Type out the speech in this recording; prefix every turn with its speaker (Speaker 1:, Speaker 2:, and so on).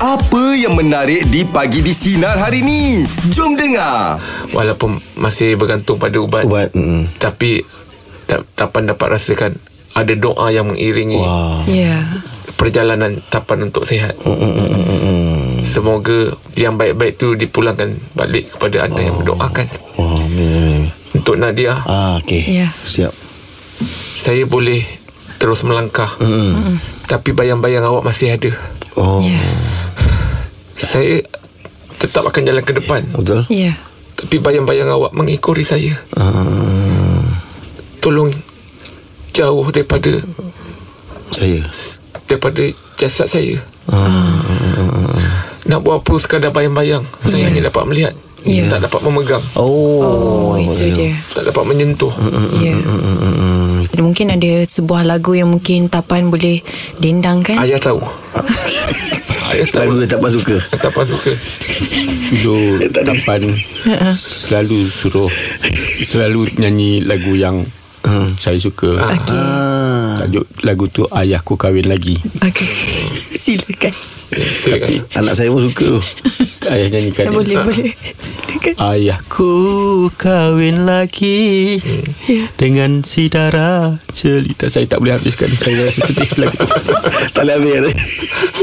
Speaker 1: Apa yang menarik di pagi di sinar hari ni? Jom dengar.
Speaker 2: Walaupun masih bergantung pada ubat,
Speaker 3: Ubat, mm.
Speaker 2: Tapi da- Tapan dapat rasakan Ada doa yang mengiringi
Speaker 3: Wah. Mm,
Speaker 4: Ya.
Speaker 2: Perjalanan Tapan untuk sihat Semoga Yang baik-baik tu Dipulangkan balik Kepada anda
Speaker 3: Oh.
Speaker 2: yang mendoakan
Speaker 3: Wah, amin, amin. amin.
Speaker 2: Untuk Nadia
Speaker 3: Ah, okey.
Speaker 4: Ya.
Speaker 3: Siap.
Speaker 2: Saya boleh Terus melangkah
Speaker 3: Mm,
Speaker 2: Tapi bayang-bayang awak masih ada
Speaker 3: Oh,
Speaker 4: Ya.
Speaker 2: Saya Tetap akan jalan ke depan
Speaker 3: betul.
Speaker 4: Ya.
Speaker 2: Tapi bayang-bayang awak mengikuri saya
Speaker 3: Ah,
Speaker 2: Tolong Jauh daripada
Speaker 3: saya.
Speaker 2: daripada jasad saya. Nak buat apa sekadar bayang-bayang. Saya hanya dapat melihat.
Speaker 4: Ya.
Speaker 2: Tak dapat memegang.
Speaker 3: Oh,
Speaker 4: Oh, itu
Speaker 3: betul.
Speaker 4: dia.
Speaker 2: Tak dapat menyentuh.
Speaker 4: Ya. Ada Mungkin ada sebuah lagu yang mungkin Tapan boleh dendang kan?
Speaker 2: Ayah tahu. Ayah
Speaker 3: Lagu
Speaker 2: tahu.
Speaker 3: dia tak masuk ke?
Speaker 2: Tak apa suka.
Speaker 5: Dulu Tapan Selalu suruh Selalu nyanyi lagu yang Saya suka
Speaker 4: Okey.
Speaker 3: Ah,
Speaker 5: Tajuk lagu tu Ayahku Kahwin Lagi
Speaker 4: Okey. Silakan.
Speaker 2: Tapi
Speaker 3: anak saya pun suka tu.
Speaker 5: Ayah nyanyikan dia.
Speaker 4: Boleh, boleh. Silakan.
Speaker 5: Ayahku kahwin lagi
Speaker 4: Ya.
Speaker 5: Dengan si Dara Celita Saya tak boleh habiskan Saya rasa sedih lagu tu
Speaker 3: Tak boleh habis kan?